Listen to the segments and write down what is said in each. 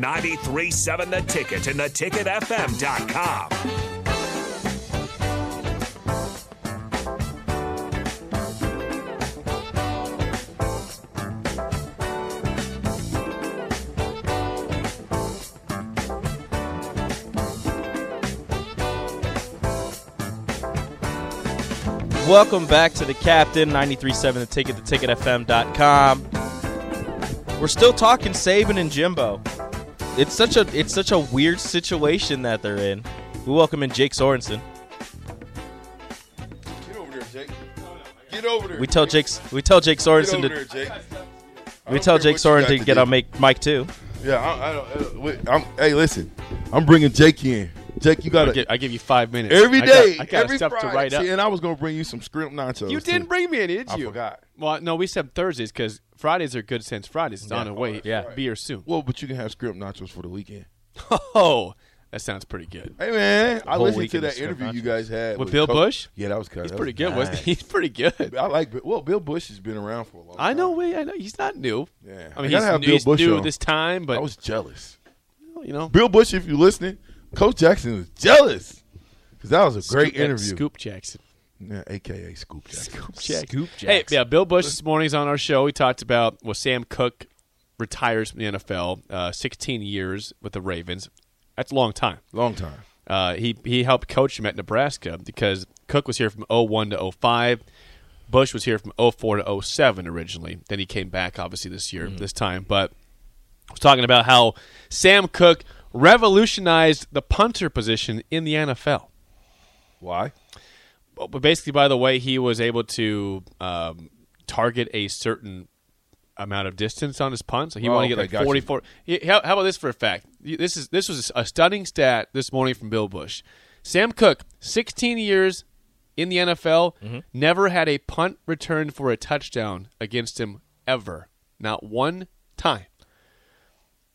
937 The Ticket and theticketfm.com. Welcome back to the Captain 93.7 The Ticket, theticketfm.com. We're still talking Saban and Jimbo. It's such a it's such a weird situation that they're in. We welcome in Jake Sorensen. Get over there, Jake. Get over there. We tell Jake's we tell Jake Get Sorensen over to there, Jake. we tell Jake Sorensen to get on make Mike too. Yeah, I, I don't. I don't- wait, I'm, hey, listen, I'm bringing Jake in. Jake, you I gotta give, I give you five minutes. every I got- day, I got every stuff Friday. to write up. See, and I was gonna bring you some scrimp nachos. you didn't too. bring me any, did you? I forgot. Well, no, we said Thursdays because Fridays are good since Fridays. It's on the way. Yeah, be here soon. Well, but you can have scrimp nachos for the weekend. Oh, that sounds pretty good. Hey man, I whole listened to weekend of that scrimp interview you nachos. guys had With Bill Bush? Yeah, that was kind He's pretty good, wasn't he? He's pretty good. I like. Bill- Well, Bill Bush has been around for a long. I time. know. Wait, I know he's not new. Yeah. I I mean, gotta he's, have new, Bill he's Bush new on. this time, I but was jealous. you know, Bill Bush, if you're listening, Coach Jackson was jealous because that was a great Scoop- interview. Scoop Jackson. Yeah, aka Scoop Jackson. Jack. Scoop Hey, yeah, Bill Bush this morning's on our show. He talked about well, Sam Cook retires from the NFL, uh, 16 years with the Ravens. That's a long time. Long time. Uh, he he helped coach him at Nebraska because Cook was here from 01 to 05. Bush was here from 04 to 07 originally. Then he came back, obviously, this year, this time. But I was talking about how Sam Cook revolutionized the punter position in the NFL Why? but basically by the way he was able to um, target a certain amount of distance on his punts. So he Oh, wanted to okay, get gotcha. like 44. He- How, how about this for a fact? You- This is this was a stunning stat this morning from Bill Bush. Sam Cook, 16 years in the NFL, Mm-hmm. never had a punt returned for a touchdown against him ever. Not one time.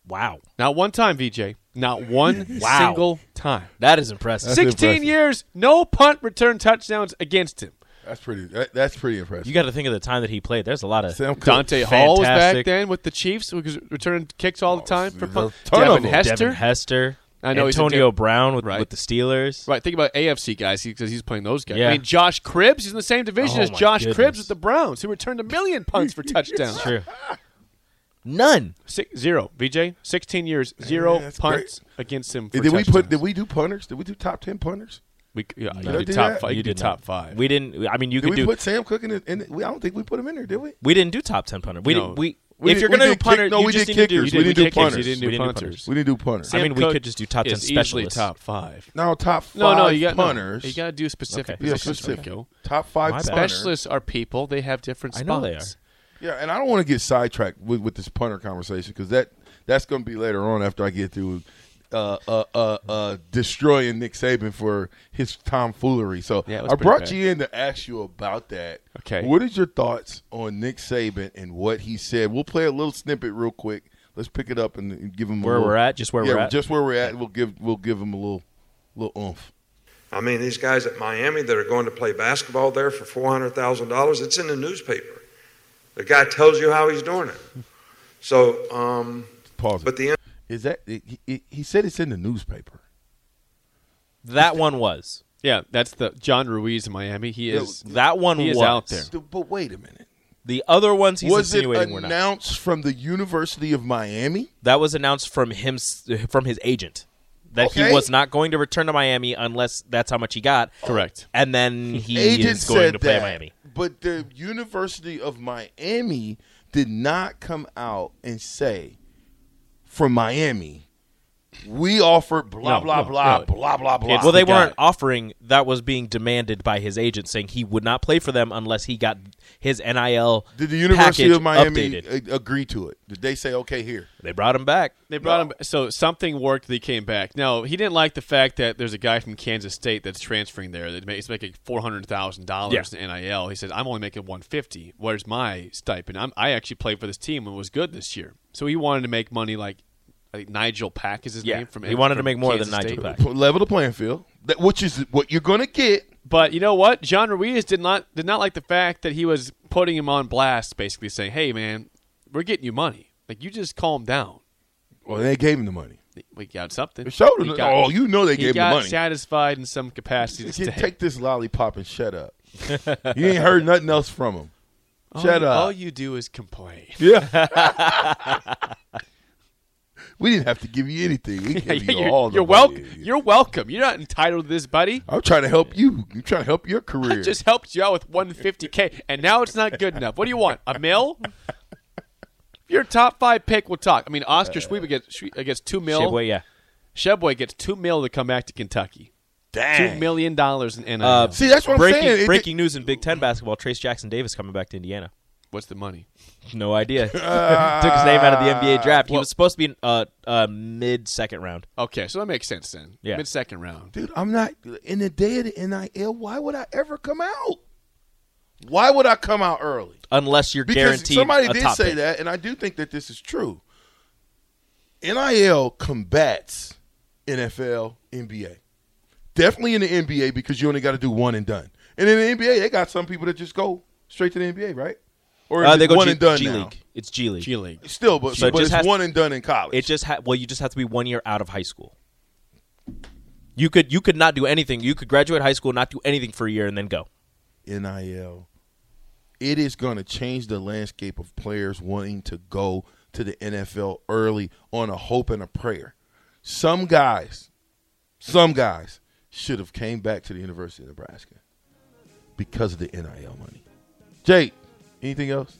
Wow. Not one time, VJ. Not one Wow. single time. That is impressive. 16 impressive. years, no punt return touchdowns against him. That's pretty. That, that's pretty impressive. You got to think of the time that he played. There's a lot of Sam Cook. Dante Hall was back Fantastic. then with the Chiefs, who was returning kicks all Oh, the time for there's a punt. ton of Devin them. Hester. Devin Hester, I know he's a Antonio diff- Brown with, Right. with the Steelers. right, think about AFC guys because he's playing those guys. Yeah. I mean, Josh Cribbs, he's in the same division Oh as my Josh goodness. Cribbs with the Browns, who returned a million punts for touchdowns. True. None. Six, zero, VJ, 16 years, zero that's punts against him for Did we put? touchdowns. Did we do punters? Did we do top ten punters? We, yeah, you I do do top that? five. You, do did top not. five. We didn't. I mean, you Did could we do. put Sam Cook in? The, in the, we, I don't think we put him in there, did we? we didn't do top ten punter. We No. didn't. We, We if did- you're we gonna do did kick- punter, no, you we just did need to do. kickers. you We did didn't do kickers, punters. You didn't do We didn't do punters. We didn't do punters. I Sam mean, we Cook could just do top 10 is easily specialists. top five. now top five. No, no, you got no, punters. you got to do specific Okay. yeah, positions. specific. Rico. Top five My bad. punters. Specialists are people; they have different I spots. know they are. Yeah, and I don't want to get sidetracked with, with this punter conversation because that that's going to be later on after I get through. uh, uh, uh, uh, destroying Nick Saban for his tomfoolery. So Yeah, it was I pretty brought bad. you in to ask you about that. Okay. What is your thoughts on Nick Saban and what he said? We'll play a little snippet real quick. Let's pick it up and- and give him a Where little- we're at, just where yeah, we're at. just where we're at. We'll give we'll give him a little little oomph. I mean, these guys at Miami that are going to play basketball there for $400,000, it's in the newspaper. The guy tells you how he's doing it. So, um, Pause. but It. the end Is that he, he- he said it's in the newspaper? That one was. Yeah, that's the John Ruiz in Miami. He is That one He was is out there. But wait a minute. The other ones he's was it insinuating were not. announced from the University of Miami? That was announced from him from his agent that Okay. he was not going to return to Miami unless that's how much he got. correct. And then he agent is going said to play that, Miami. But the University of Miami did not come out and say from Miami, we offered blah No, blah no, blah, no. blah blah blah It's Well, they the guy. weren't offering. That was being demanded by his agent, saying he would not play for them unless he got his NIL. Did the University package of Miami uh, updated. a- agree to it? Did they say okay here? They brought him back. They brought him. So something worked. That he came back. Now he didn't like the fact that there's a guy from Kansas State that's transferring there. That ma- he's making four hundred thousand dollars in NIL. He said, "I'm only making one fifty. Where's my stipend? I'm, I actually played for this team and was good this year. So he wanted to make money like, like Nigel Pack is his Yeah, name. From he wanted to from make more than Kansas Nigel State. Pack. P- Level the playing field, that, which is what you're going to get. But you know what? John Ruiz did not did not like the fact that he was putting him on blast, basically saying, "Hey, man, we're getting you money. Like you just calm down. Well, they gave him the money. We got something. They showed He him. got- oh, you know they he gave him got the money. satisfied in some capacity. To Kid, stay. take this lollipop and shut up. you ain't heard nothing else from him. All Shut you- up. All you do is complain. we didn't have to give you anything. We Yeah, gave you you're all the you're money. welcome. You're welcome. You're not entitled to this, buddy. I'm trying to help you. I'm trying to help your I career. just helped you out with 150k, and now it's not good enough. What do you want? A mil? If you're a top five pick, we'll talk. I mean, Oscar Schwebe gets Schwe- uh, gets two mil. Shibway, yeah. Sheboy gets two mil to come back to Kentucky. Two million dollars in NIL. Uh, See, that's what breaking I'm saying. It- breaking news in Big Ten basketball: Trace Jackson Davis coming back to Indiana. What's the money? No idea. Took his Ah. name out of the NBA draft. he well- was supposed to be in uh, uh, mid second round. Okay, so that makes sense then. Yeah. Mid second round. dude, I'm not in the day of the NIL. Why would I ever come out? Why would I come out early? Unless you're Because guaranteed somebody a did top say pick. that, and I do think that this is true. NIL combats NFL, NBA. Definitely in the NBA because you only got to do one and done. And in the NBA, they got some people that just go straight to the NBA, right? Or is Uh, it they go one G, and done G now? League. It's G League. G League. Still, but, So it but just it's has- one and done in college. It just ha- well, you just have to be one year out of high school. You could you could not do anything. You could graduate high school, not do anything for a year, and then go. NIL, it is going to change the landscape of players wanting to go to the NFL early on a hope and a prayer. Some guys, some guys should have came back to the University of Nebraska because of the NIL money. Jake, anything else?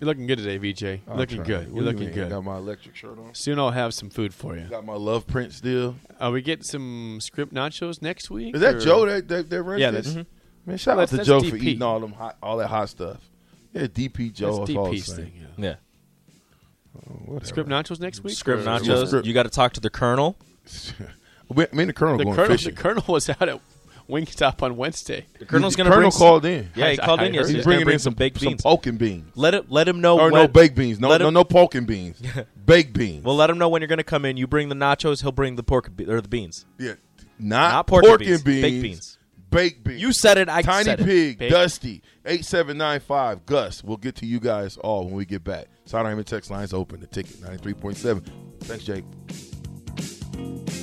You're looking good today, VJ. I'm looking trying. What good. You're do you looking mean? good. Got my electric shirt on. Soon I'll have some food for you. Got my love print still. Are we getting some script nachos next week? Is that or- Joe that that, that runs Yeah, this? Mhm. that's- Man, shout That's- out to that's Joe for DP. eating all them hot, all that hot stuff. Yeah, DP That's Joe. it's all the DP's same. thing. yeah. Yeah. Whatever. Script nachos next week. Script or- nachos. Script. You got to talk to the colonel. Me, me and the Colonel The going colonel, the fishing. colonel was out at Wingstop on Wednesday. The colonel's The going to Colonel bring. called in. Yeah, he I- called I in yesterday. heard it. He's He's going bringing to bring in some baked some beans. poking beans. Let it let him know. Or no when- baked beans. No, let no, him- no poking beans. baked beans. Well, let him know when you're going to come in. You bring the nachos. He'll bring the pork be- or the beans. yeah, not, not pork, pork and beans, beans, baked beans. Baked beans. You said it. I Tiny said it. Pig, Baked- Dusty, 8795, Gus. We'll get to you guys all when we get back. Sidearm and text lines open. The ticket, 93.7. Thanks, Jake.